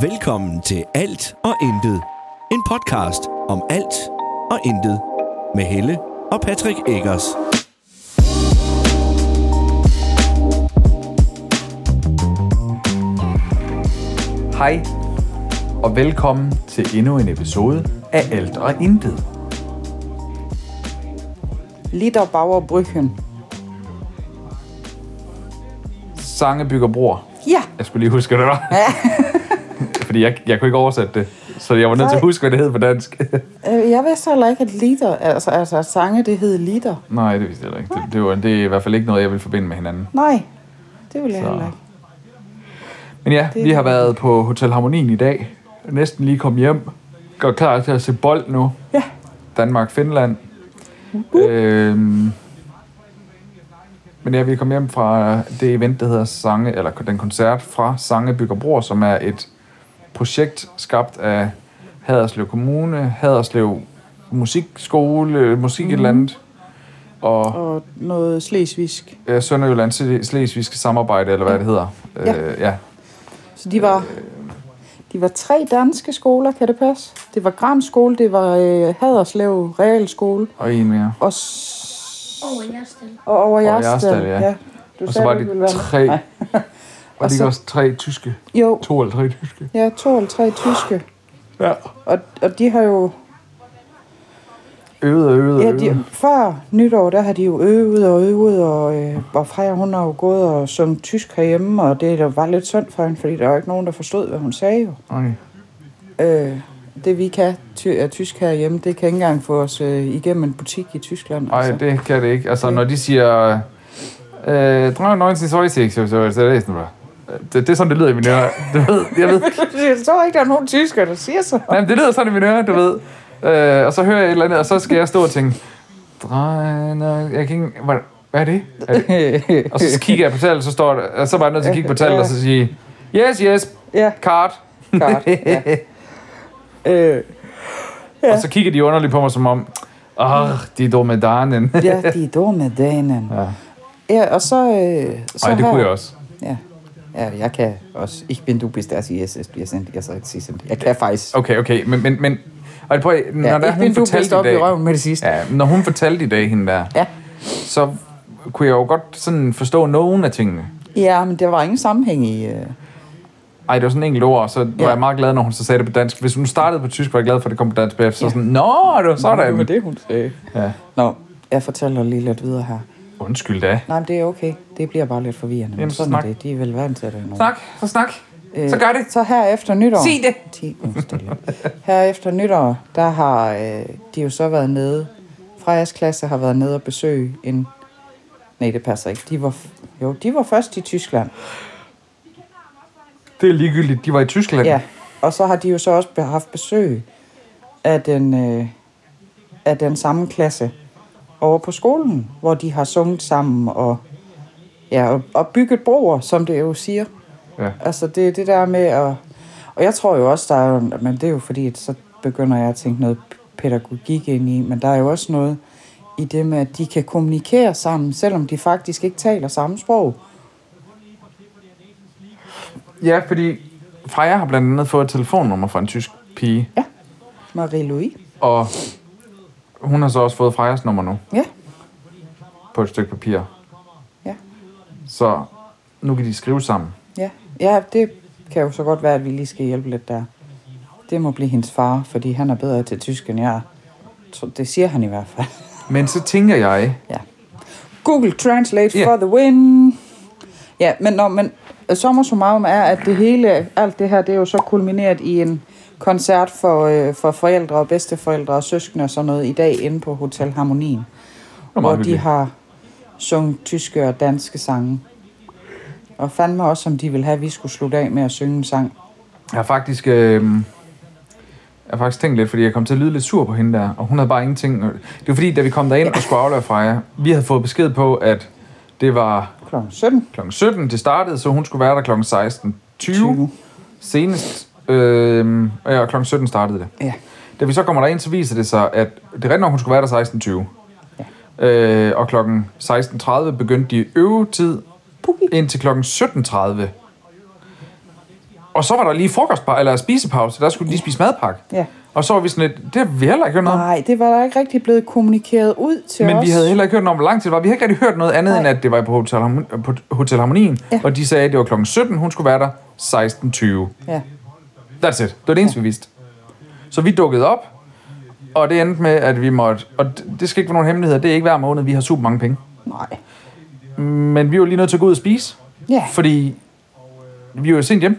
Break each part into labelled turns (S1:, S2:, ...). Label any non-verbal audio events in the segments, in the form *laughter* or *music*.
S1: Velkommen til Alt og Intet. En podcast om alt og intet. Med Helle og Patrick Eggers.
S2: Hej, og velkommen til endnu en episode af Alt og Intet.
S3: Litterbauer Bryggen.
S2: Sange bygger bror.
S3: Ja,
S2: Jeg skulle lige huske, hvad det var. Ja. *laughs* Fordi jeg, jeg kunne ikke oversætte det, så jeg var nødt til at
S3: Nej.
S2: huske, hvad det hed på dansk. *laughs*
S3: øh, jeg vidste heller ikke, at liter, altså, altså at sange, det hed liter.
S2: Nej, det vidste jeg heller ikke. Det, det, var, det er i hvert fald ikke noget, jeg vil forbinde med hinanden.
S3: Nej, det ville jeg
S2: Så.
S3: heller ikke.
S2: Men ja,
S3: Det-
S2: vi har været på Hotel Harmonien i dag. Næsten lige kom hjem. Går klar til at se bold nu.
S3: Ja,
S2: Danmark-Finland. Uh. Øhm, men ja, vi kom hjem fra det event, der hedder Sange, eller den koncert fra Sange Bygger Bror, som er et projekt skabt af Haderslev Kommune, Haderslev Musikskole, Musik mm. et
S3: Mhm.
S2: eller andet, og
S3: og noget slesvigsk.
S2: øh, Sønderjylland Sle- Slesvigske Samarbejde, eller hvad det hedder.
S3: Ja.
S2: Øh, ja.
S3: Så de var, Øh. de var tre danske skoler, kan det passe? Det var Gram skole, det var øh, Haderslev Realskole,
S2: Og en mere.
S3: og, s-
S4: Over Jærstal.
S3: og over
S2: Jærsdal,
S3: Jærstal.
S2: ja.
S3: Du
S2: Og så
S3: sagde,
S2: var
S3: du
S2: det
S3: ikke ville være med.
S2: tre- *laughs*
S3: Nej.
S2: Og
S3: Og
S2: de
S3: så-
S2: også tre tyske.
S3: Jo,
S2: To eller tre tyske.
S3: ja, to eller tre tyske.
S2: Ja.
S3: Og, og de har jo
S2: Øvet og øvet og
S3: Ja,
S2: øvet.
S3: de, før nytår, der har de jo øvet og øvet, og, øh, og Freja, hun har jo gået og sunget tysk herhjemme, og det der var lidt synd for hende, fordi der var ikke nogen, der forstod, hvad hun sagde. Jo.
S2: Ej.
S3: Øh, det vi kan ty- er tysk herhjemme, det kan ikke engang få os øh, igennem en butik i Tyskland.
S2: Nej,
S3: altså.
S2: det kan det ikke. Altså, når de siger... Øh, 396, så så- så er det sådan, bare- det, det er sådan, det lyder i mine ører. Du ved, jeg
S3: *laughs*
S2: ved.
S3: *laughs* Jeg tror ikke, der er nogen tysker, der siger så.
S2: Nej, men det lyder sådan i mine ører, du ved. Øh, og så hører jeg et eller andet, og så skal jeg stå og tænke... "Drej, nej, Jeg kan ikke, hvad, hvad er det? Er det? *laughs* Og så kigger jeg på tallet, så står der, og så er jeg bare nødt til at kigge på tallet, og så sige... Yes, yes,
S3: *laughs* ja,
S2: card.
S3: klart. Ja. Øh,
S2: Ja. Og så kigger de underligt på mig, som om... Åh, de er dumme danen.
S3: ja, de er dumme, danen.
S2: Ja.
S3: Ja, og så... Øh, så
S2: Nej, det
S3: her-
S2: kunne jeg også.
S3: Ja. Ja, jeg kan også. Ich bin du bist der, siger jeg, jeg sendte, jeg sagde sidst. Jeg kan faktisk.
S2: Okay, okay, men... men, men og prøv, at- når
S3: Ja,
S2: der,
S3: ich
S2: hun
S3: bin du bist
S2: fortalte i
S3: op i
S2: dag,
S3: røven med det sidste.
S2: Ja, når hun fortalte i dag, hende der,
S3: Ja.
S2: så kunne jeg jo godt sådan forstå nogen af tingene.
S3: ja, men der var ingen sammenhæng i... Øh...
S2: Ej, det var sådan en enkelt ord, så var
S3: Ja.
S2: jeg meget glad, når hun så sagde det på dansk. Hvis hun startede på tysk, var jeg glad for, at det kom på dansk bagefter. Så sådan, nå, det var
S3: Det var
S2: sådan.
S3: det, hun sagde.
S2: Ja.
S3: Nå, jeg fortæller lige lidt videre her.
S2: Undskyld da.
S3: Nej, men det er okay. Det bliver bare lidt forvirrende.
S2: Jamen,
S3: men
S2: så
S3: sådan
S2: snak.
S3: er det. De er vel vant til det nu.
S2: Snak, så snak.
S3: Øh,
S2: Så gør det.
S3: Så her efter nytår...
S2: Sig det.
S3: Ti nu stille. her efter nytår, der har øh, de jo så været nede... Frejas klasse har været nede og besøge en... Nej, det passer ikke. De var, f- jo, de var først i Tyskland.
S2: Det er ligegyldigt. De var i *laughs* Tyskland.
S3: Ja, og så har de jo så også be- haft besøg af den, øh, af den samme klasse over på skolen, hvor de har sunget sammen og, ja, og, og bygget broer, som det jo siger.
S2: Ja.
S3: Altså det er det der med at... Og jeg tror jo også, der er, jo- men det er jo fordi, at så begynder jeg at tænke noget pædagogik ind i, men der er jo også noget i det med, at de kan kommunikere sammen, selvom de faktisk ikke taler samme sprog.
S2: ja, fordi Freja har blandt andet fået et telefonnummer fra en tysk pige.
S3: Ja. Marie-Louise.
S2: Og hun har så også fået Frejas nummer nu
S3: Ja,
S2: på et stykke papir.
S3: ja.
S2: Så nu kan de skrive sammen.
S3: Ja. ja, det kan jo så godt være, at vi lige skal hjælpe lidt der. Det må blive hendes far, fordi han er bedre til tysk, end jeg er. Så Det siger han i hvert fald.
S2: Men så tænker jeg,
S3: Ja. Google Translate
S2: Ja.
S3: for the win. Ja, men, når, men summa summarum er, at det hele, alt det her, det er jo så kulmineret i en koncert for, øh, for forældre og bedsteforældre og søskende og sådan noget i dag inde på Hotel Harmonien.
S2: var meget
S3: Hvor de
S2: hyggeligt.
S3: har sunget tyske og danske sange. Og fandme også, om de ville have, at vi skulle slutte af med at synge en sang.
S2: Jeg har faktisk, øh, jeg har faktisk tænkt lidt, fordi jeg kom til at lyde lidt sur på hende der, og hun havde bare ingenting. Det var fordi, da vi kom derind og skulle aflevere Freja, vi havde fået besked på, at det var
S3: Klokken 17.
S2: kl. 17, det startede, så hun skulle være der kl. 16.20
S3: 20.
S2: senest. Øh, ja, kl. 17 startede det.
S3: Ja.
S2: Da vi så kommer derind, så viser det sig, at det er rigtigt nok, hun skulle være der 16.20. Øh, og klokken 16.30 begyndte de øvetid indtil klokken 17.30. Og så var der lige frokostpause, eller spisepause, der skulle de lige spise madpakke.
S3: Ja.
S2: Og så var vi sådan lidt, det har vi heller ikke hørt noget om.
S3: Nej, det var der ikke rigtig blevet kommunikeret ud til
S2: Men
S3: os.
S2: vi havde heller ikke hørt noget om, hvor lang tid det var. Vi havde ikke rigtig hørt noget andet, Nej. end at det var på Hotel, Harmon- på Hotel Harmonien.
S3: Ja.
S2: Ja. Og de sagde, at det var klokken 17, hun skulle være der 16.20.
S3: Ja.
S2: That's it. Det var det eneste, vi vidste. Så vi dukkede op, og det endte med, at vi måtte... Og d- det skal ikke være nogen hemmeligheder, det er ikke hver måned, vi har super mange penge.
S3: Nej.
S2: Men vi var lige nødt til at gå ud og spise,
S3: Ja.
S2: fordi vi var sent hjemme.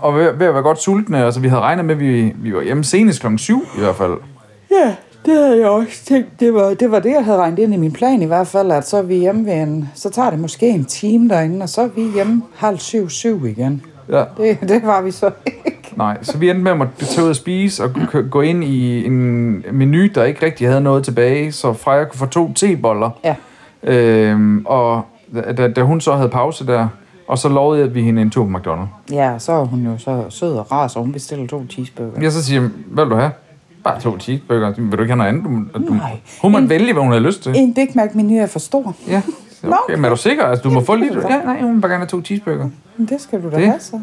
S2: Og ved, ved at være godt sultne, altså vi havde regnet med, at vi, vi var hjemme senest klokken 7 i hvert fald.
S3: Ja, det havde jeg også tænkt. Det var, det var det, jeg havde regnet ind i min plan i hvert fald, at så er vi hjemme ved en, så tager det måske en time derinde, og så er vi hjemme halv syv, syv igen.
S2: Ja.
S3: Det, det var vi så ikke.
S2: Nej, så vi endte med at måtte tage ud og spise og k- gå ind i en menu, der ikke rigtig havde noget tilbage, så Freja kunne få to teboller.
S3: Ja,
S2: Øhm, og da, da hun så havde pause der, og så lovede jeg, at vi hende en tur på McDonald's.
S3: ja så er hun jo så sød og rar, så hun bestiller to cheeseburger.
S2: Jeg så siger, jeg, hvad vil du have? Bare to cheeseburger. Vil du ikke have noget andet? Du, du,
S3: Nej.
S2: Hun måtte vælge, hvad hun havde lyst til.
S3: En Big Mac menu er for stor.
S2: Ja.
S3: Nå,
S2: Okay, men er du sikker? Altså, du må få
S3: det
S2: lidt.
S3: kan du
S2: Ja, nej, hun vil bare gerne have to cheeseburger.
S3: Men det skal du da
S2: Det?
S3: have så.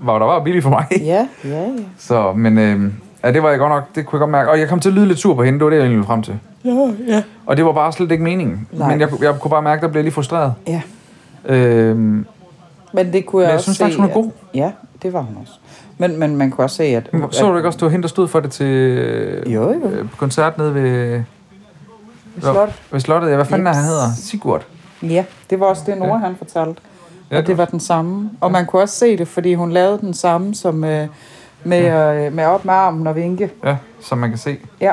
S2: Var der var billigt for mig.
S3: Ja, ja, ja.
S2: Så, men øh, ja, det var jeg godt nok, det kunne jeg godt mærke. Og jeg kom til at lyde lidt sur på hende, det var det, jeg egentlig ville frem til.
S3: Ja, ja.
S2: Og det var bare slet ikke meningen.
S3: Nej.
S2: Nej. Men jeg, kunne- jeg kunne bare mærke, at jeg blev lige frustreret.
S3: ja.
S2: Øhm,
S3: Men det kunne jeg,
S2: Men jeg
S3: også
S2: synes
S3: se,
S2: faktisk, hun er
S3: at-
S2: god.
S3: Ja, det var hun også. Men, men man kunne også se, at...
S2: så du ikke også, det var hende, der stod for det til øh,
S3: Jo, jo.
S2: øh, koncert nede ved,
S3: at Slot
S2: ved slottet. Ja, hvad fanden er han
S3: Jeps.
S2: hedder? Sigurd.
S3: Ja, det var også det, Nora han fortalte.
S2: Ja,
S3: at det
S2: det
S3: var den samme. Og man kunne også se det, fordi hun lavede den samme som øh, med, øh, med op med armen og vinke.
S2: Ja, som man kan se.
S3: Ja.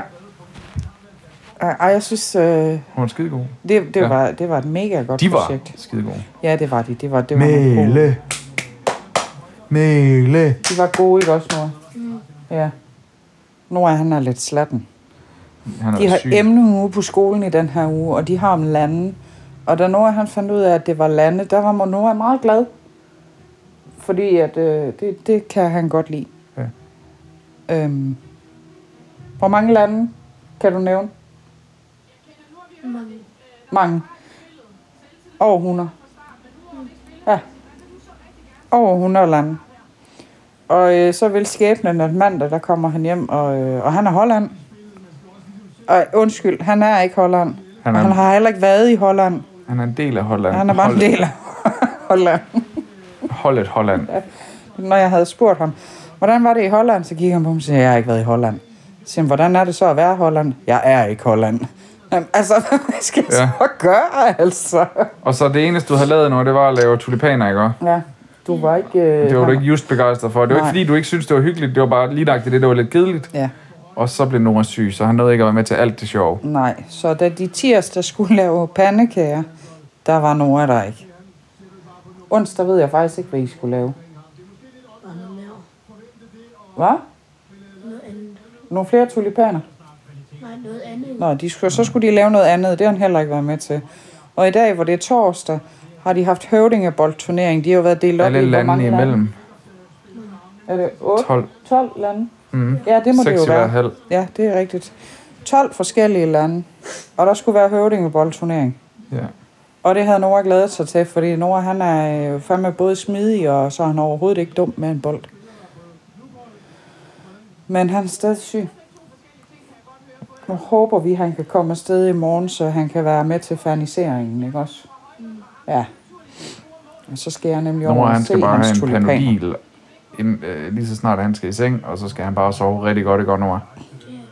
S3: Ej, ej, jeg synes, øh,
S2: Hun er skidegod.
S3: det, det,
S2: Ja.
S3: var, det var et mega godt
S2: De var
S3: projekt.
S2: skidegode.
S3: Ja, det var de. Det var, det var nogle gode.
S2: Mæle.
S3: De var gode, ikke også, Nora? Ja. Nora, han er lidt slatten.
S2: Han er
S3: De har
S2: syg.
S3: emne uge på skolen i den her uge, og de har om lande. Og da Nora han fandt ud af, at det var lande, der var Nora meget glad. Fordi at, øh, det, det kan han godt lide.
S2: Ja.
S3: Øhm, hvor mange lande kan du nævne?
S4: Mange.
S3: Mange. Over 100. Ja. Over 100 lande. Og øh, så vil skæbnen, at mandag, der kommer han hjem, og, øh, og han er Holland. Og undskyld, han er ikke Holland.
S2: Han
S3: Han, er...
S2: er-
S3: han har heller ikke været i Holland.
S2: Han er en del af Holland.
S3: Han er bare en
S2: Holdet-
S3: del af *laughs* Holland.
S2: Holdet Holland.
S3: Når jeg havde spurgt ham, hvordan var det i Holland, så gik han på mig og sagde, jeg har ikke været i Holland. Så siger han, hvordan er det så at være i Holland? Jeg er ikke Holland. Jamen, altså, *laughs* hvad skal jeg
S2: Ja.
S3: så gøre, altså?
S2: Og så det eneste, du havde lavet nu, det var at lave tulipaner, ikke også?
S3: Ja, du var ikke... Øh,
S2: Det var du ikke just begejstret for. Det var
S3: Nej.
S2: ikke, fordi du ikke syntes, det var hyggeligt. Det var bare lige nøjagtigt det, der var lidt kedeligt.
S3: Ja,
S2: Og så blev Nora syg, så han nåede ikke at være med til alt det sjove.
S3: nej. Så da de tirsdag skulle lave pandekager, der var Nora der ikke. Onsdag ved jeg faktisk ikke, hvad I skulle lave.
S4: Og noget mere.
S3: Hvad?
S4: Noget andet.
S3: Nogle flere tulipaner?
S4: Nej, noget andet.
S3: Nå, de skulle, så skulle de lave noget andet. Det har han heller ikke været med til. Og i dag, hvor det er torsdag, har de haft høvdingeboldturnering. De har jo været delt op
S2: Alle
S3: i, hvor
S2: landene
S3: mange lande?
S2: imellem.
S3: Er det 8?
S2: 12.
S3: 12 lande?
S2: Mm.
S3: Ja, det må det
S2: Seks
S3: jo
S2: i hver
S3: være.
S2: halv.
S3: Ja, det er rigtigt. 12 forskellige lande. Og der skulle være høvdingeboldturnering.
S2: Ja.
S3: Og det havde Nora glædet sig til, fordi Nora han er øh, fandme både smidig, og så er han overhovedet ikke dum med en bold. Men han er stadig syg. Nu håber vi, at han kan komme afsted i morgen, så han kan være med til ferniseringen, ikke også? Ja. Og så skal jeg nemlig over
S2: Nora,
S3: og
S2: han
S3: se
S2: skal bare have
S3: hans
S2: en
S3: tulipaner.
S2: panodil, ind, øh, lige så snart han skal i seng, og så skal han bare sove rigtig godt, ikke godt, Nora?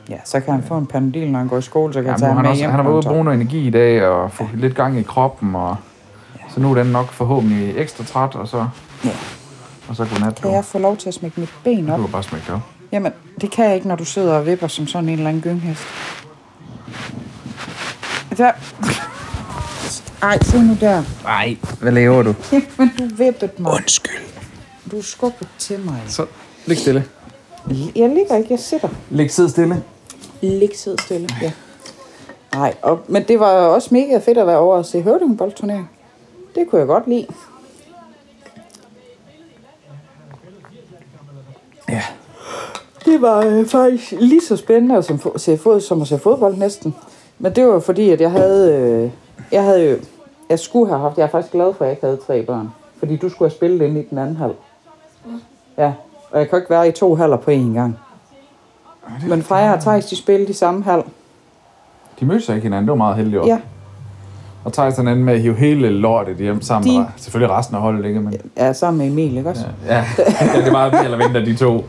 S3: Ja, så kan han få en panodil, når han går i skole, så kan jeg
S2: Jamen,
S3: tage
S2: nu,
S3: ham
S2: han,
S3: med
S2: også,
S3: hjem.
S2: han har
S3: når
S2: været ude at
S3: tager-
S2: bruge noget energi i dag, og få lidt gang i kroppen, og så nu er den nok forhåbentlig ekstra træt, og så,
S3: Ja.
S2: og så godnat.
S3: Kan
S2: Du,
S3: jeg få lov til at smække mit ben op?
S2: du kan bare smække dig op.
S3: Jamen, det kan jeg ikke, når du sidder og vipper som sådan en eller anden gynghest. Der. Ej, se nu der.
S2: Nej, hvad laver
S3: *laughs*
S2: du?
S3: Kæft, men du vippede mig. Undskyld. Du skubbede til mig.
S2: Så lig stille.
S3: Jeg ligger ikke, jeg sidder.
S2: Lig sid stille.
S3: Lig sid stille. Ja. Nej, og, men det var også mega fedt at være over og se høvdingboldturnering. Det kunne jeg godt lide.
S2: Ja.
S3: Det var øh, faktisk lige så spændende at som fo- se fod, som at se fodbold næsten. Men det var fordi, at jeg havde... Øh, jeg havde jo... Jeg skulle have haft... Jeg er faktisk glad for, at jeg ikke havde tre børn. Fordi du skulle have spillet inde i den anden halv. Ja, og jeg kan ikke være i to halver på én gang. Men Freja og Thijs, de spillede i samme hal.
S2: De mødte sig ikke hinanden, det var meget heldigt også.
S3: Ja,
S2: Og Thijs han endte med at hive hele lortet hjem sammen
S3: De-
S2: med dig. Selvfølgelig resten af holdet, ikke? Men, ja,
S3: ja sammen med Emil, ikke også?
S2: ja. ja det var mere eller mindre de to.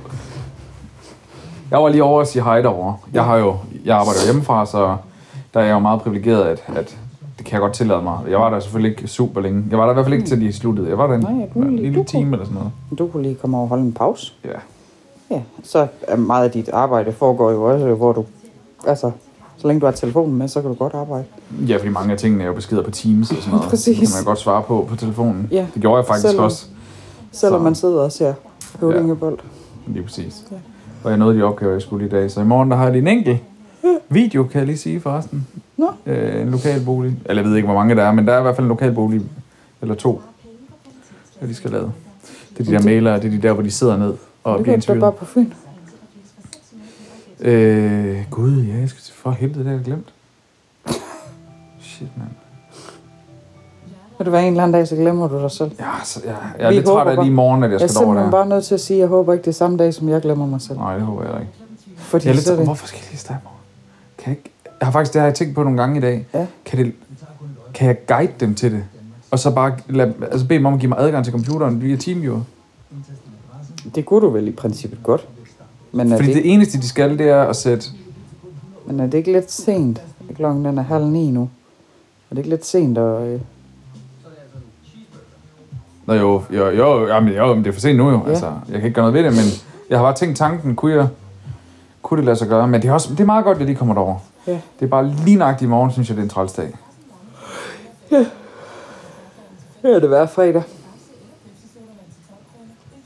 S2: Jeg var lige over at sige hej derovre. Jeg, har jo, jeg arbejder jo hjemmefra, så der er jeg jo meget privilegeret, at, at det kan jeg godt tillade mig. Jeg var der selvfølgelig ikke super længe. Jeg var der i hvert fald ikke til de sluttede. Jeg var der en,
S3: Mm. Nej, jeg kunne
S2: en
S3: lige-
S2: lille
S3: du kunne.
S2: time eller sådan noget.
S3: Du kunne lige komme over og holde en pause.
S2: Ja.
S3: Ja, så er meget af dit arbejde foregår jo også, hvor du... Altså, så længe du har telefonen med, så kan du godt arbejde.
S2: Ja, fordi mange af tingene er jo beskeder på Teams og sådan
S3: *laughs*
S2: noget.
S3: Præcis.
S2: Det kan man godt svare på på telefonen.
S3: Ja.
S2: Det gjorde jeg faktisk
S3: Selvom-
S2: også.
S3: Selvom
S2: Så-
S3: man sidder og ser høvdingebold.
S2: Lige præcis.
S3: Ja.
S2: Og jeg nåede de opgaver, jeg skulle i dag. Så i morgen, der har jeg lige en enkelt video, kan jeg lige sige forresten.
S3: Nå.
S2: Øh, en lokal bolig. Eller jeg ved ikke, hvor mange der er, men der er i hvert fald en lokal bolig. Eller to. Jeg lige skal lave. Det er de der malere, det er de der, hvor de sidder ned og
S3: Det
S2: bliver
S3: kan du da
S2: interviewet.
S3: bare på Fyn.
S2: Øh, gud, ja, jeg skal for helvede, det har jeg glemt. Shit, mand.
S3: Ved du hvad, en eller anden dag, så glemmer du dig selv.
S2: Ja, så, ja, jeg er
S3: Vi
S2: lidt træt
S3: håber
S2: af
S3: bare-
S2: lige i morgen, at jeg
S3: Jeg er
S2: skal over der.
S3: simpelthen bare nødt til at sige, at jeg håber ikke, det er samme dag, som jeg glemmer mig selv.
S2: Nej, det håber jeg ikke.
S3: Fordi
S2: Jeg er
S3: så er
S2: lidt,
S3: det...
S2: hvorfor skal jeg lige starte morgen? Kan jeg, ikke, jeg har faktisk det har jeg tænkt på nogle gange i dag.
S3: Ja.
S2: Kan, det, kan jeg guide dem til det? Og så bare lad, altså bede dem om at give mig adgang til computeren via TeamViewer.
S3: Det kunne du vel i princippet godt. Men er,
S2: Fordi
S3: det,
S2: det eneste, de skal, det er at sætte...
S3: ikke- men er det ikke lidt sent? Klokken den er halv ni nu. Er det ikke lidt sent at... Øh...
S2: Nå jo, jo, jo, jamen, jo men det er for sent nu jo.
S3: Ja.
S2: Altså, jeg kan ikke gøre noget ved det, men jeg har bare tænkt tanken, kunne, jeg, kunne det lade sig gøre? Men det er, også, det er meget godt, at jeg lige kommer derover.
S3: Ja.
S2: Det er bare lige nøjagtigt i morgen, synes jeg, det er en træls dag.
S3: Hører det hver fredag.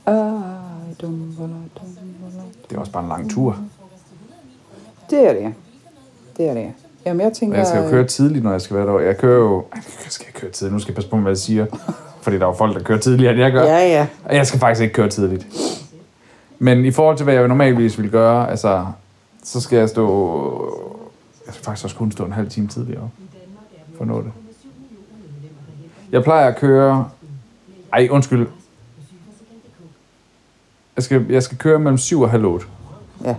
S3: Ej, Ah, dum, vola, dum, vola.
S2: Det er også bare en lang tur.
S3: Det er det. Det er det. Jamen, jeg tænker...
S2: Og jeg skal jo
S3: øh,
S2: køre tidligt, når jeg skal være derovre. Jeg kører jo... Ej, jeg skal ikke køre tidligt. Nu skal jeg passe på, med, hvad jeg siger. Fordi der er jo folk, der kører tidligere, end jeg gør.
S3: Ja, ja.
S2: Og Jeg skal faktisk ikke køre tidligt. Men i forhold til, hvad jeg normalvis ville gøre, altså, så skal jeg stå... Jeg skal faktisk også kun stå en halv time tidligere op, for at nå det. Jeg plejer at køre... Ej, undskyld. Jeg skal, jeg skal køre mellem 7 og halv 8,
S3: Ja.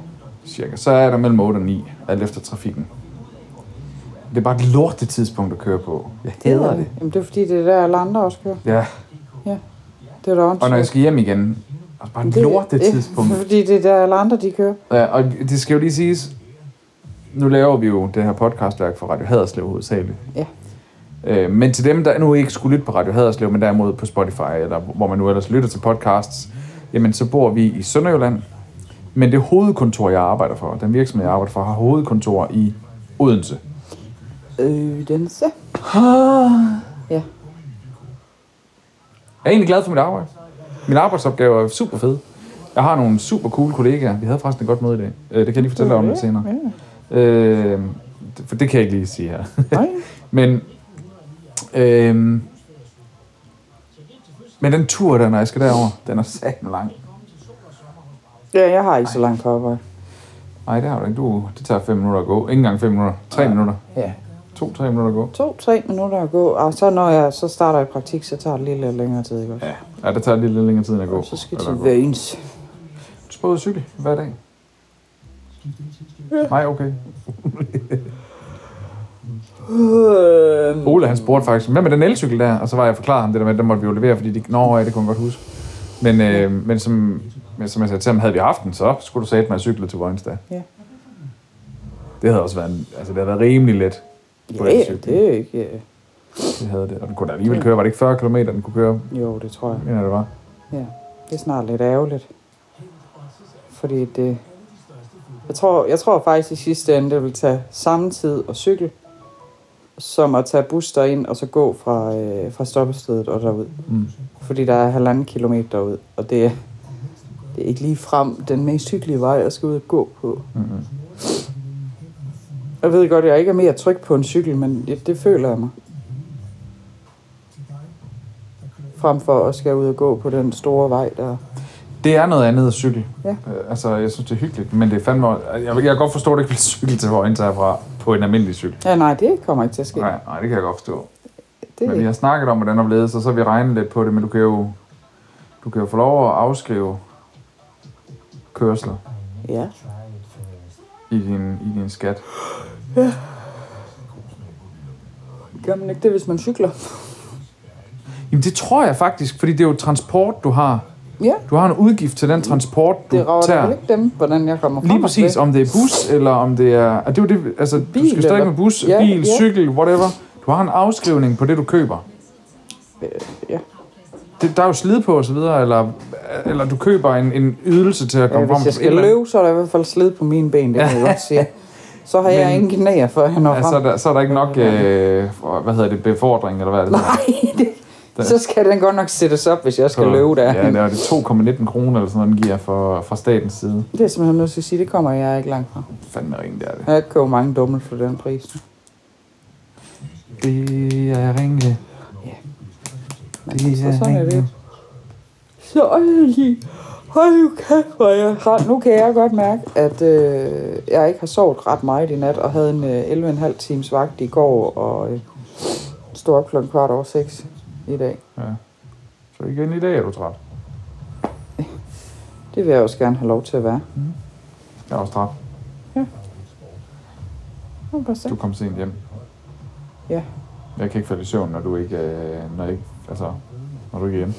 S2: cirka. Så er jeg der mellem 8 og 9, alt efter trafikken. Det er bare et lortet tidspunkt at køre på. Jeg hader det.
S3: Jamen, det er fordi, det er der, alle andre også kører.
S2: Ja,
S3: Det er da
S2: og når jeg
S3: åndssvagt.
S2: skal hjem igen, er det bare et
S3: Det-
S2: lortet
S3: ja,
S2: tidspunkt.
S3: Fordi det er der, alle andre, de kører.
S2: Ja, og det skal jo lige siges, nu laver vi jo det her podcastværk for Radio Haderslev hovedsageligt.
S3: Ja.
S2: Øh, men til dem, der nu ikke skulle lytte på Radio Haderslev, men derimod på Spotify, eller hvor man nu ellers lytter til podcasts, jamen så bor vi i Sønderjylland. Men det hovedkontor, jeg arbejder for, den virksomhed, jeg arbejder for, har hovedkontor i Odense.
S3: Øh, den så. Ja.
S2: Jeg er egentlig glad for mit arbejde. Min arbejdsopgave er super fed. Jeg har nogle super cool kollegaer. Vi havde forresten et godt møde i dag. Øh, Det kan jeg lige fortælle dig om lidt senere. Øh, for det kan jeg ikke lige sige her.
S3: Nej.
S2: *laughs* Men, øhm, men den tur, der, når jeg skal derover, den er satan lang.
S3: Ja, jeg har ikke så langt på arbejde.
S2: Nej, det har du ikke. Du, det tager 5 minutter at gå. Ikke engang 5 minutter. 3 minutter.
S3: Ja.
S2: 2-3 minutter at gå.
S3: To-tre minutter at gå, og så når jeg så starter i praktik, så tager det lige lidt længere tid, ikke også?
S2: Ja, ja det tager lige lidt længere tid end at gå.
S3: Så skal
S2: Eller
S3: jeg
S2: gå.
S3: til Vøns.
S2: Du skal ud og cykle hver dag. Nej, okay.
S3: Øh,
S2: Ole, han spurgte faktisk, hvad med den elcykel der? Og så var jeg forklaret ham det der med, at den måtte vi jo levere, fordi de... Nå, ja, det kunne jeg godt huske. Men, øh, men som, men som jeg sagde til ham, havde vi haft den, så skulle du sætte mig at cykle til Vojensdag.
S3: Ja.
S2: Det havde også været, en, altså det havde været rimelig let. på
S3: ja, ja,
S2: elcykel.
S3: det er ikke... øh,
S2: Det havde det. Og den kunne da alligevel køre, var det ikke 40 km, den kunne køre,
S3: Jo, det tror jeg.
S2: mener jeg, det var.
S3: Ja, det er snart lidt ærgerligt. Fordi det... Jeg tror, jeg tror faktisk i sidste ende, det vil tage samme tid at cykle, som at tage bus derind og så gå fra, øh, fra stoppestedet og derud.
S2: Mm.
S3: Fordi der er halvanden kilometer derud, og det er, det er ikke lige frem den mest cyklige vej, jeg skal ud og gå på.
S2: Mm-hmm.
S3: Jeg ved godt, jeg ikke er mere tryg på en cykel, men det, det føler jeg mig. Frem for at skal ud og gå på den store vej, der...
S2: Det er noget andet at cykle.
S3: Ja.
S2: Øh, altså, jeg synes, det er hyggeligt, men det er fandme... Jeg, jeg kan godt forstå, at du ikke vil cykle til Vojensdag fra på en almindelig cykel.
S3: Ja, nej, det kommer ikke til at ske.
S2: Nej, nej, det kan jeg godt forstå.
S3: det,
S2: Men vi har snakket om, hvordan der ledes, og så har vi regnet lidt på det, men du kan jo, du kan jo få lov at afskrive kørsler
S3: Ja.
S2: i din, i din skat.
S3: Gør man ikke det, hvis man cykler?
S2: Jamen det tror jeg faktisk, fordi det er jo transport, du har.
S3: Ja,
S2: Du har en udgift til den transport, du
S3: det rager da
S2: tager.
S3: vel ikke dem, hvordan jeg kommer frem
S2: Lige
S3: og
S2: præcis,
S3: tilbage.
S2: om det er bus, eller om det er... Og det er jo det, altså, bil, du
S3: Bil,
S2: skal stadig
S3: eller-
S2: med bus,
S3: Ja,
S2: ja, bil,
S3: ja.
S2: ja. cykel, whatever. Du har en afskrivning på det, du køber.
S3: Øh, ja.
S2: Det, der er jo slid på osv., eller, eller du køber en, en ydelse til at komme
S3: Ja,
S2: frem
S3: hvis
S2: til
S3: jeg
S2: et
S3: skal
S2: eller andet.
S3: løbe, så er der i hvert fald slid på mine ben, det kan
S2: *laughs*
S3: jeg godt sige. Så har jeg
S2: Men- Altså,
S3: ingen knæer, før jeg når
S2: Ja, så, er
S3: frem.
S2: der, så er der ikke nok, øh, for- hvad hedder det, befordring, eller hvad er det? hedder?
S3: Nej, det, så skal den godt nok sættes op, hvis jeg skal løbe der.
S2: Ja, det er det 2,19 kroner, eller sådan noget, den giver for, fra statens side.
S3: Det er simpelthen nødt til at sige, det kommer jeg ikke langt fra.
S2: Fanden ring, det er det.
S3: Jeg køber mange dumme for den pris.
S2: Det er ringe.
S3: Men
S2: Det
S3: så
S2: er
S3: sådan er det.
S2: ringe.
S3: Så er jeg lige. Hold nu kæft, hvor er jeg træt. Nu kan jeg godt mærke, at øh, jeg ikke har sovet ret meget i nat, og havde en øh, 11,5 times vagt i går, og øh, stod op klokken kvart over seks i dag.
S2: Så igen i dag er du træt.
S3: Det vil jeg også gerne have lov til at være.
S2: Jeg er også træt.
S3: Nu kan jeg se.
S2: Du kom sent hjem.
S3: Ja.
S2: Jeg kan ikke falde i søvn, når du ikke, øh, når jeg ikke, altså, når du ikke er hjemme.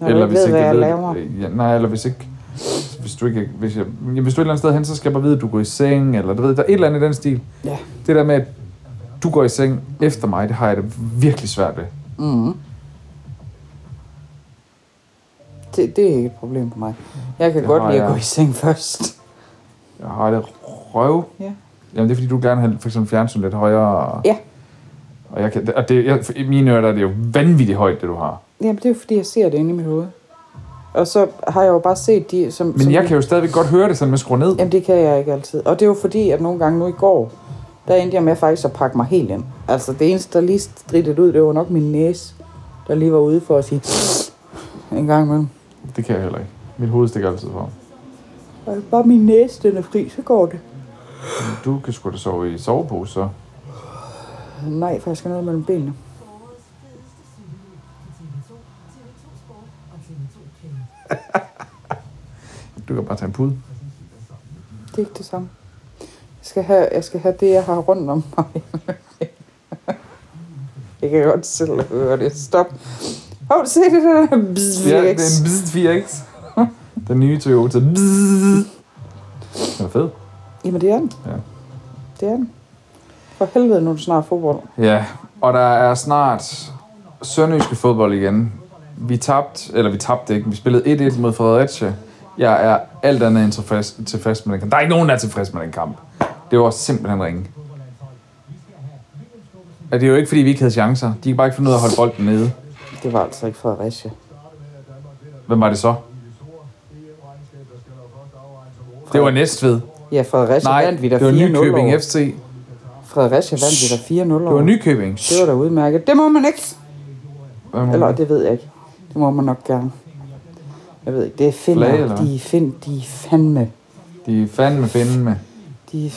S3: Når du ikke ved, hvad
S2: jeg
S3: jeg
S2: ved-
S3: laver.
S2: øh, Ja, nej, eller hvis ikke... Hvis du, ikke, hvis, jeg, ja, hvis du er et eller andet sted hen, så skal jeg bare vide, at du går i seng, eller du ved, der er et eller andet i den stil.
S3: Ja.
S2: Det der med, at du går i seng efter mig, det har jeg det virkelig svært ved. Mm-hmm.
S3: Mm. Det, det er ikke et problem for mig. Jeg kan
S2: Det
S3: godt
S2: har
S3: lide at
S2: jeg.
S3: gå i seng *laughs* først.
S2: Jeg har det røv.
S3: Ja.
S2: Jamen, det er fordi, du gerne vil for eksempel fjernsyn lidt højere.
S3: Ja.
S2: Og, jeg kan, og det, jeg, for- i mine ører der er det jo vanvittigt højt, det du har.
S3: Jamen, det er jo fordi, jeg ser det inde i mit hoved. Og så har jeg jo bare set de... Som,
S2: Men
S3: som
S2: jeg kan jo stadigvæk godt høre det, selvom jeg skruer ned.
S3: Jamen, det kan jeg ikke altid. Og det er jo fordi, at nogle gange nu i går, der endte jeg med faktisk at pakke mig helt ind. Altså, det eneste, der lige strittede ud, det var nok min næse, der lige var ude for at sige... En gang imellem.
S2: Det kan jeg heller ikke. Mit hoved stikker altid for.
S3: Og bare min næse, den er fri, så går det.
S2: Du kan sgu da sove i sovepose, så.
S3: Nej, for jeg skal ned mellem benene.
S2: Du kan bare tage en pude.
S3: Det er ikke det samme. Jeg skal have, jeg skal have det, jeg har rundt om mig. *laughs* jeg kan godt selv høre det. Stop. Åh, oh, se det *laughs* der. Bzz,
S2: Ja,
S3: ja,
S2: det er en Bzzz 4X. Den nye Toyota. Bzzz. Den er fed.
S3: Jamen, det er den.
S2: Ja.
S3: Det er den. For helvede, nu er det snart fodbold.
S2: Ja, og der er snart sønderjyske fodbold igen. Vi tabte, eller vi tabte ikke, vi spillede 1-1 mod Fredericia. Jeg er alt andet end tilfreds, tilfreds med den kamp. Der er ikke nogen, der er tilfreds med den kamp. Det var simpelthen ringe. Og det er jo ikke, fordi vi ikke havde chancer. De kan bare ikke finde ud af at holde bolden nede.
S3: Det var altså ikke Fredericia.
S2: Hvem var det så? Det var Næstved.
S3: Ja, Fredericia
S2: Nej,
S3: vandt vi da 4-0
S2: det var Nykøbing
S3: over-
S2: FC. Det
S3: Fredericia vandt vi da 4-0
S2: var
S3: over.
S2: Nykøbing.
S3: Det var da udmærket. Det må man ikke.
S2: Hvad må-
S3: Eller det ved jeg ikke. Det må man nok gerne. Jeg ved ikke, det er finder.
S2: Flag, eller hvad?
S3: de er find, de er fandme.
S2: De er fandme finde med.
S3: De er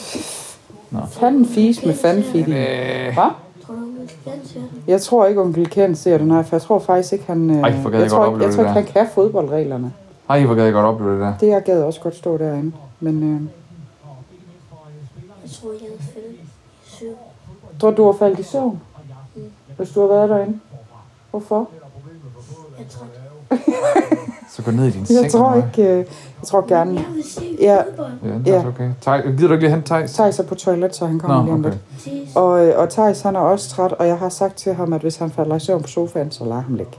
S2: Nå.
S3: fanden fis med fanden fis.
S2: Øh,
S3: Hva?
S4: Tror du, hun ikke kan se den?
S3: Jeg tror ikke, onkel Ken ser det, nej, for jeg tror faktisk ikke, han... øh,
S2: Ej, hvor gad jeg
S3: jeg, tror
S2: godt
S3: ikke,
S2: opleve
S3: jeg tror
S2: det
S3: ikke, han kan fodboldreglerne.
S2: Ej, hvor gad jeg godt opleve det der.
S3: Det jeg gad også godt stå derinde. Men øh,
S4: Jeg tror ikke, jeg havde fældet i syv.
S3: tror du, du har faldet i søvn? Hvis du har været derinde? Hvorfor?
S4: Jeg er træt.
S2: Så gå ned i din seng.
S3: Jeg tror
S2: Maja.
S3: ikke... Øh, jeg tror gerne...
S4: Jeg vil se
S3: Ja.
S4: fodbold.
S2: Ja, det er
S3: Ja.
S2: også okay. Thaj, gider du ikke lige hente Thijs?
S3: Thijs er på toilet, så han kommer lige om lidt.
S4: Ses.
S3: Og, øh, og Thijs, han er også træt, og jeg har sagt til ham, at hvis han falder i søvn på sofaen, så lad ham ligge.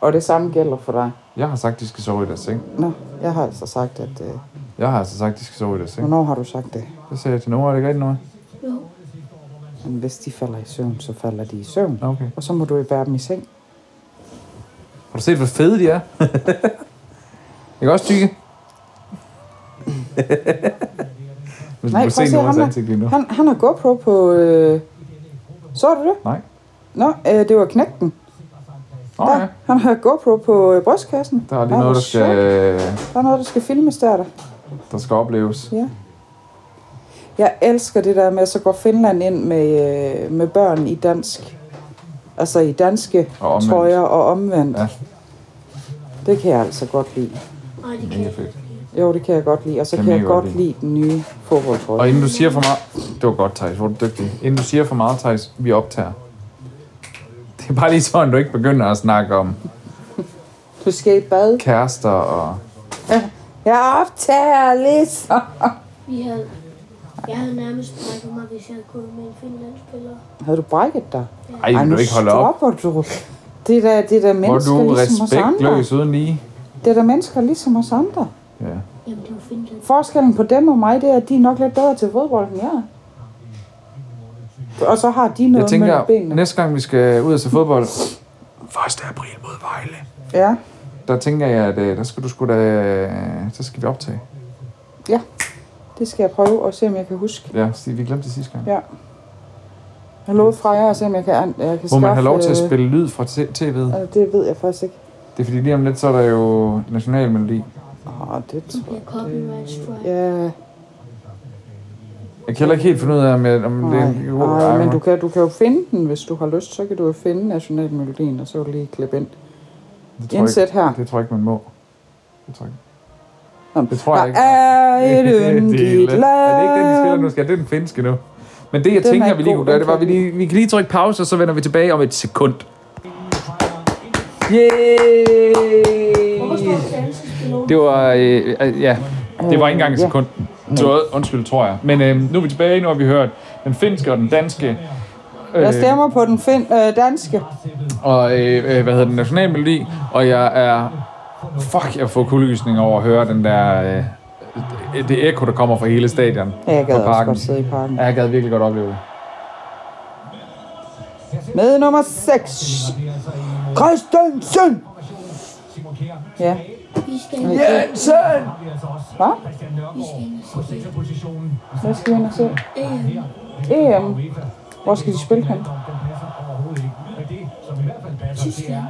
S3: Og det samme gælder for dig.
S2: Jeg har sagt, de skal sove i deres seng.
S3: Nå, jeg har altså sagt, at... Øh,
S2: Jeg har altså sagt, de skal sove i deres seng.
S3: hvornår har du sagt det?
S2: Det sagde jeg til Nora, er det ikke rigtigt, Nora?
S4: Jo.
S3: Men hvis de falder i søvn, så falder de i søvn.
S2: Nå, Okay.
S3: Og så må du jo bære dem i seng.
S2: Har du set, hvor fede de er? *laughs* ikke også
S3: *laughs*
S2: tykke? Hvis du kunne
S3: Nej, prøv at
S2: se
S3: se
S2: Noras
S3: ham der.
S2: ansigt lige nu.
S3: Han, han har GoPro på... Øh... Så du det?
S2: Nej.
S3: Nå, øh, det var knægten.
S2: Nå
S3: Der,
S2: ja,
S3: han har GoPro på øh, brystkassen.
S2: der er lige
S3: Ej,
S2: noget,
S3: hvor
S2: der skal,
S3: sjovt. Der er noget, der skal filmes der, der.
S2: der skal opleves.
S3: Ja. Jeg elsker det der med, at så går Finland ind med, øh, med børn i dansk. Altså i danske
S2: Og omvendt.
S3: trøjer og omvendt.
S2: Ja.
S3: Det kan jeg altså godt lide.
S4: Nej, det kan
S2: Mega
S4: jeg
S2: fedt.
S4: ikke.
S3: Jo, det kan jeg godt lide. Og så
S2: Kan
S3: kan jeg
S2: mega godt
S3: godt lide den nye fodboldtrøje.
S2: Og inden du siger for meget... Det var godt, Thijs. Hvor er du dygtig. Inden du siger for meget, Thijs, vi optager. Det er bare lige sådan, du ikke begynder at snakke om
S3: Du skal i bad.
S2: kærester og...
S3: Jeg optager lidt.
S4: Vi havde, jeg havde nærmest brækket mig, hvis jeg havde gået med en finlandsspiller.
S3: Havde du brækket dig?
S2: Ej, vil du
S3: nu
S2: ikke holde op?
S3: stopper du. Det er da, det er da
S2: Hvor er
S3: mennesker
S2: du
S3: ligesom os andre.
S2: respektløs uden lige.
S3: Det er da mennesker ligesom os andre.
S2: Ja.
S4: Jamen, det var Finland.
S3: Forskellen på dem og mig, det er, at de er nok lidt bedre til fodbold, end jeg er. Og så har de noget
S2: Jeg
S3: mellem
S2: tænker,
S3: benene.
S2: næste gang vi skal ud og se fodbold... 1. april mod Vejle.
S3: Ja,
S2: Der tænker jeg, at øh, der skal du sgu da... øh, Så skal vi optage.
S3: ja. Det skal jeg prøve at se, om jeg kan huske.
S2: Ja, Stig, vi glemte det sidste gang.
S3: Ja. Jeg lovede Freja at se, om jeg kan, an- jeg kan
S2: Må
S3: skaffe...
S2: man have lov til at
S3: øh,
S2: spille lyd fra t- tv'et?
S3: øh, Det ved jeg faktisk ikke.
S2: Det er fordi lige om lidt, så er der jo nationalmelodi.
S3: Åh, det
S4: Det
S3: tror
S4: bliver copyright strike.
S3: jeg... Ja,
S2: Jeg kan heller ikke helt finde ud af, om, jeg, om det er en god
S3: nej, nej, men du
S2: kan...
S3: kan, du kan jo finde den, hvis du har lyst. Så kan du jo finde nationalmelodien, og så lige klippe ind.
S2: det tror jeg
S3: Indsæt her.
S2: ikke, Det tror jeg ikke, man må. Det tror jeg ikke.
S3: Nå,
S2: Det tror jeg ikke.
S3: Der
S2: *laughs* Det
S3: er et yndigt land.
S2: Er det ikke den, de spiller nu? Skal det er den finske nu? Men det, jeg
S3: Den er
S2: tænker,
S3: ikke
S2: vi lige
S3: god,
S2: kunne gøre,
S3: den
S2: det var, at vi,
S3: kan
S2: lige, vi kan lige trykke pause, og så vender vi tilbage om et sekund. Yeah!
S4: Hvorfor står der danske spillere?
S2: Det var, øh, øh, ja, det var ikke engang et
S3: ja.
S2: sekund. Så, undskyld, tror jeg. Men øh, nu er vi tilbage, nu har vi hørt den finske og den danske.
S3: Jeg stemmer på den fin, øh, danske.
S2: og øh, øh, hvad hedder den, nationalmelodi, og jeg er, fuck, jeg får kuldegysning over at høre den der, øh, det- det ekko, der kommer fra hele stadion.
S3: Ja, jeg gad
S2: fra
S3: også
S2: parken.
S3: godt sidde i parken.
S2: Ja, jeg gad virkelig godt opleve det.
S3: Med nummer 6. Christensen! Ja.
S4: Vi skal,
S2: Jensen!
S3: Hva?
S4: vi skal ind og se det.
S3: Hvad skal vi ind og se?
S4: Øh,
S3: EM. Hvor skal de spille hen?
S4: Tyskland.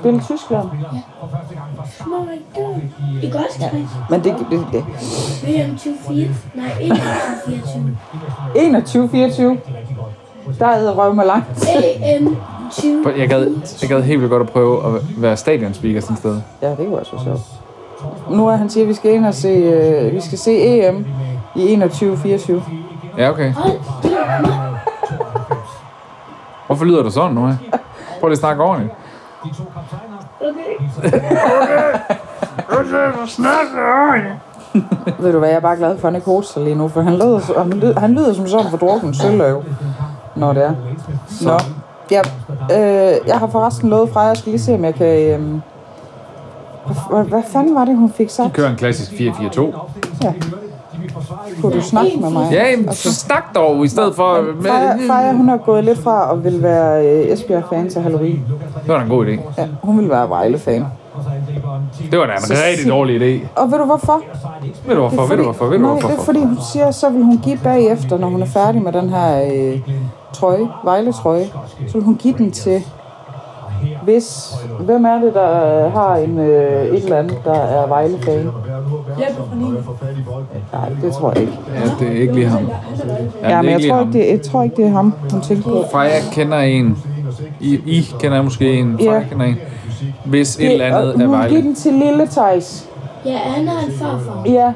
S3: Spille Tyskland.
S4: Små i dag. Oh I goldskreds.
S3: Men det, det, det.
S4: VM 24. Nej, ikke 24.
S3: 21-24. Der er røv med langt.
S4: AM 20.
S2: Jeg gad, jeg gad helt vildt godt at prøve at være stadionspeaker sådan et sted.
S3: Ja, det kunne også være sjovt. Nu er han siger, at vi skal ind og se, øh, vi skal se EM i 21-24.
S2: Ja, okay.
S4: Hold din mund.
S2: Hvorfor lyder du sådan nu? hva'? Prøv lige at snakke ordentligt.
S4: Okay.
S3: Ved du hvad, jeg er bare glad for, at han ikke hoster lige nu, for han lyder, så- han lyder, han lyder som sådan for drukken søløv, når det er. Nå, ja, øh, jeg har forresten lovet fra, jeg skal lige se, om jeg kan... Øh, hvad, hvad fanden var det, hun fik
S2: Vi
S3: sagt?
S2: kører en klassisk 4-4-2.
S3: Kunne du snakke med mig?
S2: Ja, jamen, så snak dog i stedet for...
S3: Freja,
S2: Med,
S3: Freja, hun har gået lidt fra at ville være øh, Esbjerg-fan til Halloween.
S2: det var da en god idé.
S3: Ja, hun ville være Vejle-fan.
S2: Det var da en rigtig dårlig idé.
S3: Og ved du hvorfor?
S2: Ved du hvorfor? Ved du hvorfor? Ved du
S3: nej,
S2: hvorfor?
S3: det er fordi, hun siger, så vil hun give bagefter, når hun er færdig med den her øh, trøje, Vejle-trøje, så vil hun give den til, hvis, hvem er det, der øh, har en, øh, et eller andet, der er Vejle-fan? Nej, det tror jeg ikke.
S2: Ja, det er ikke lige ham. Ja,
S3: Ja, men jeg tror ikke, det, jeg tror ikke, det er ham, hun tænker på.
S2: Freja kender en. I, I kender måske en. Freja
S3: Ja.
S2: kender en. Hvis et eller andet
S3: Det-
S2: er
S3: og Hun vil give
S2: Vejle.
S3: den til Lille Thijs.
S4: Ja, Anna er en farfar.
S3: Ja,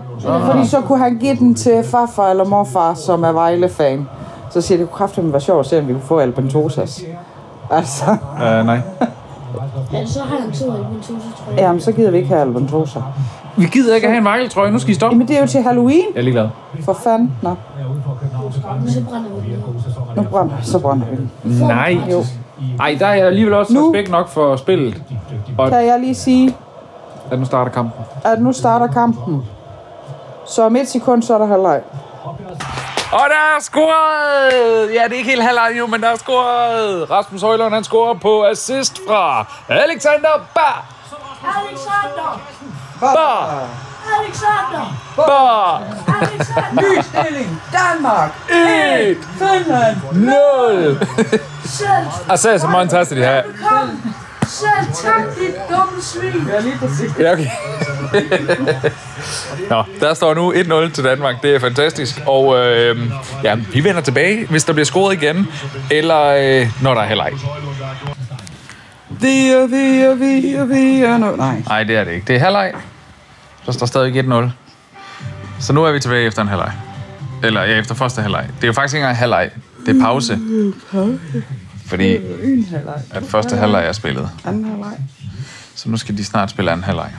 S3: fordi så kunne han give den til farfar eller morfar, som er Vejle-fan. Så siger det, det kunne kraftedeme være sjovt at se, om vi kunne få Alban Tosas. Altså,
S2: Uh, nej.
S4: Ja, så har han to albintoser, tror jeg.
S3: jamen, så gider vi ikke have Alban Tosa.
S2: Vi gider ikke at have en Vejle-trøje. Nu skal I stoppe.
S3: Jamen, det er jo til Halloween.
S2: Jeg er ligeglad.
S3: For fanden. Nå,
S4: Så brænder vi den.
S3: nu brænder, så brænder vi den.
S2: Nej. Ej, der er jeg alligevel også
S3: Nu.
S2: respekt nok for spillet,
S3: Kan jeg lige sige,
S2: at nu starter kampen.
S3: at nu starter kampen. Så om et sekund, så er der halvleg.
S2: Og der er scoret! Ja, det er ikke helt halvleg nu, men der er scoret! Rasmus Højlund, han scorer på assist fra Alexander Bar!
S4: Alexander!
S2: Bar!
S4: Alexander!
S2: Bar!
S4: Alexander!
S3: Ny stilling. Danmark.
S2: 1!
S3: Finland.
S2: 0!
S4: Selv
S2: Og så er så mange taster, de har.
S4: kom! Selv tak, dit dumme svin!
S3: Ja, lige præcis.
S2: Ja, okay. Nå, der står nu 1-0 til Danmark. Det er fantastisk. Og øh, ja, vi vender tilbage, hvis der bliver scoret igen, eller øh, når der er halvleg.
S3: Vi er, vi er, vi er, vi er. Nå, nej.
S2: Nej, det er det ikke. Det er halvleg. Så Der står stadig 1-0. Så nu er vi tilbage efter en halvleg. Eller ja, efter første halvleg. Det er jo faktisk ikke engang halvleg. Det er pause. Fordi
S3: En halvleg.
S2: at første halvleg er spillet.
S3: Anden halvleg.
S2: Så nu skal de snart spille anden halvleg.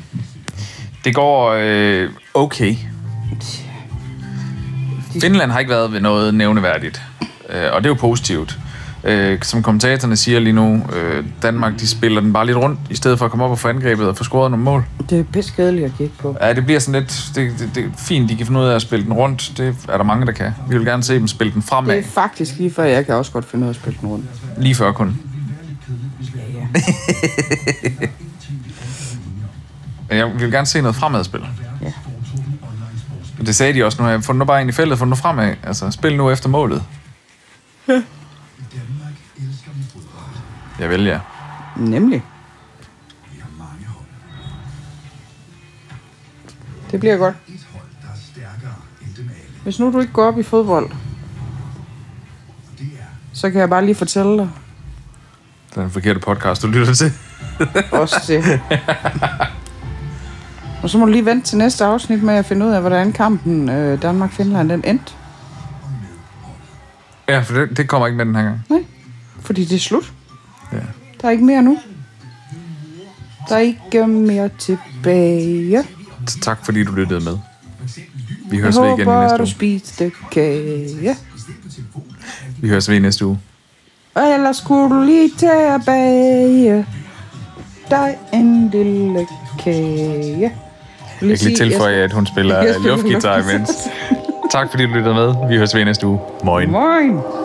S2: Det går øh, okay. Finland har ikke været ved noget nævneværdigt, øh, og det er jo positivt. Øh, som kommentatorerne siger lige nu, øh, Danmark de spiller den bare lidt rundt, i stedet for at komme op og få angrebet og få scoret nogle mål.
S3: Det er piskedeligt at kigge på.
S2: Ja, det bliver sådan lidt det, det, det er fint, de kan finde ud af at spille den rundt. Det er der mange, der kan. Vi vil gerne se dem spille den
S3: Det
S2: fremad,
S3: er faktisk lige før, jeg kan også godt finde ud af at spille den rundt.
S2: lige før kun.
S3: Ja, ja.
S2: Men jeg vil gerne se noget fremadspil.
S3: Ja.
S2: Og det sagde de også nu. her. Få den nu bare ind i feltet, få den nu fremad. Altså, spil nu efter målet. Ja. Jeg vil, ja.
S3: Nemlig. Det bliver godt. Hvis nu du ikke går op i fodbold, så kan jeg bare lige fortælle dig
S2: Det er den forkerte podcast, du lytter til.
S3: også det. Og så må du lige vente til næste afsnit med at finde ud af, hvordan kampen øh, Danmark-Finland den endte.
S2: Ja, for det, det kommer ikke med den her gang.
S3: Nej, fordi det er slut.
S2: Ja.
S3: Der er ikke mere nu. Der er ikke øh, mere tilbage.
S2: Så tak, fordi du lyttede med. Vi
S3: Jeg
S2: høres ved igen i
S3: håber,
S2: næste
S3: du
S2: uge.
S3: spiste kage.
S2: Vi høres ved i næste uge.
S3: Og ellers skulle du lige tage og bage dig en lille kage. vil
S2: Jeg kan lige
S3: sige,
S2: tilføje, øh, at hun
S3: *laughs* jeg
S2: spiller
S3: spiller
S2: luftgitar imens. Tak, fordi du lyttede med. Vi høres ved i næste uge. Moin.
S3: Moin.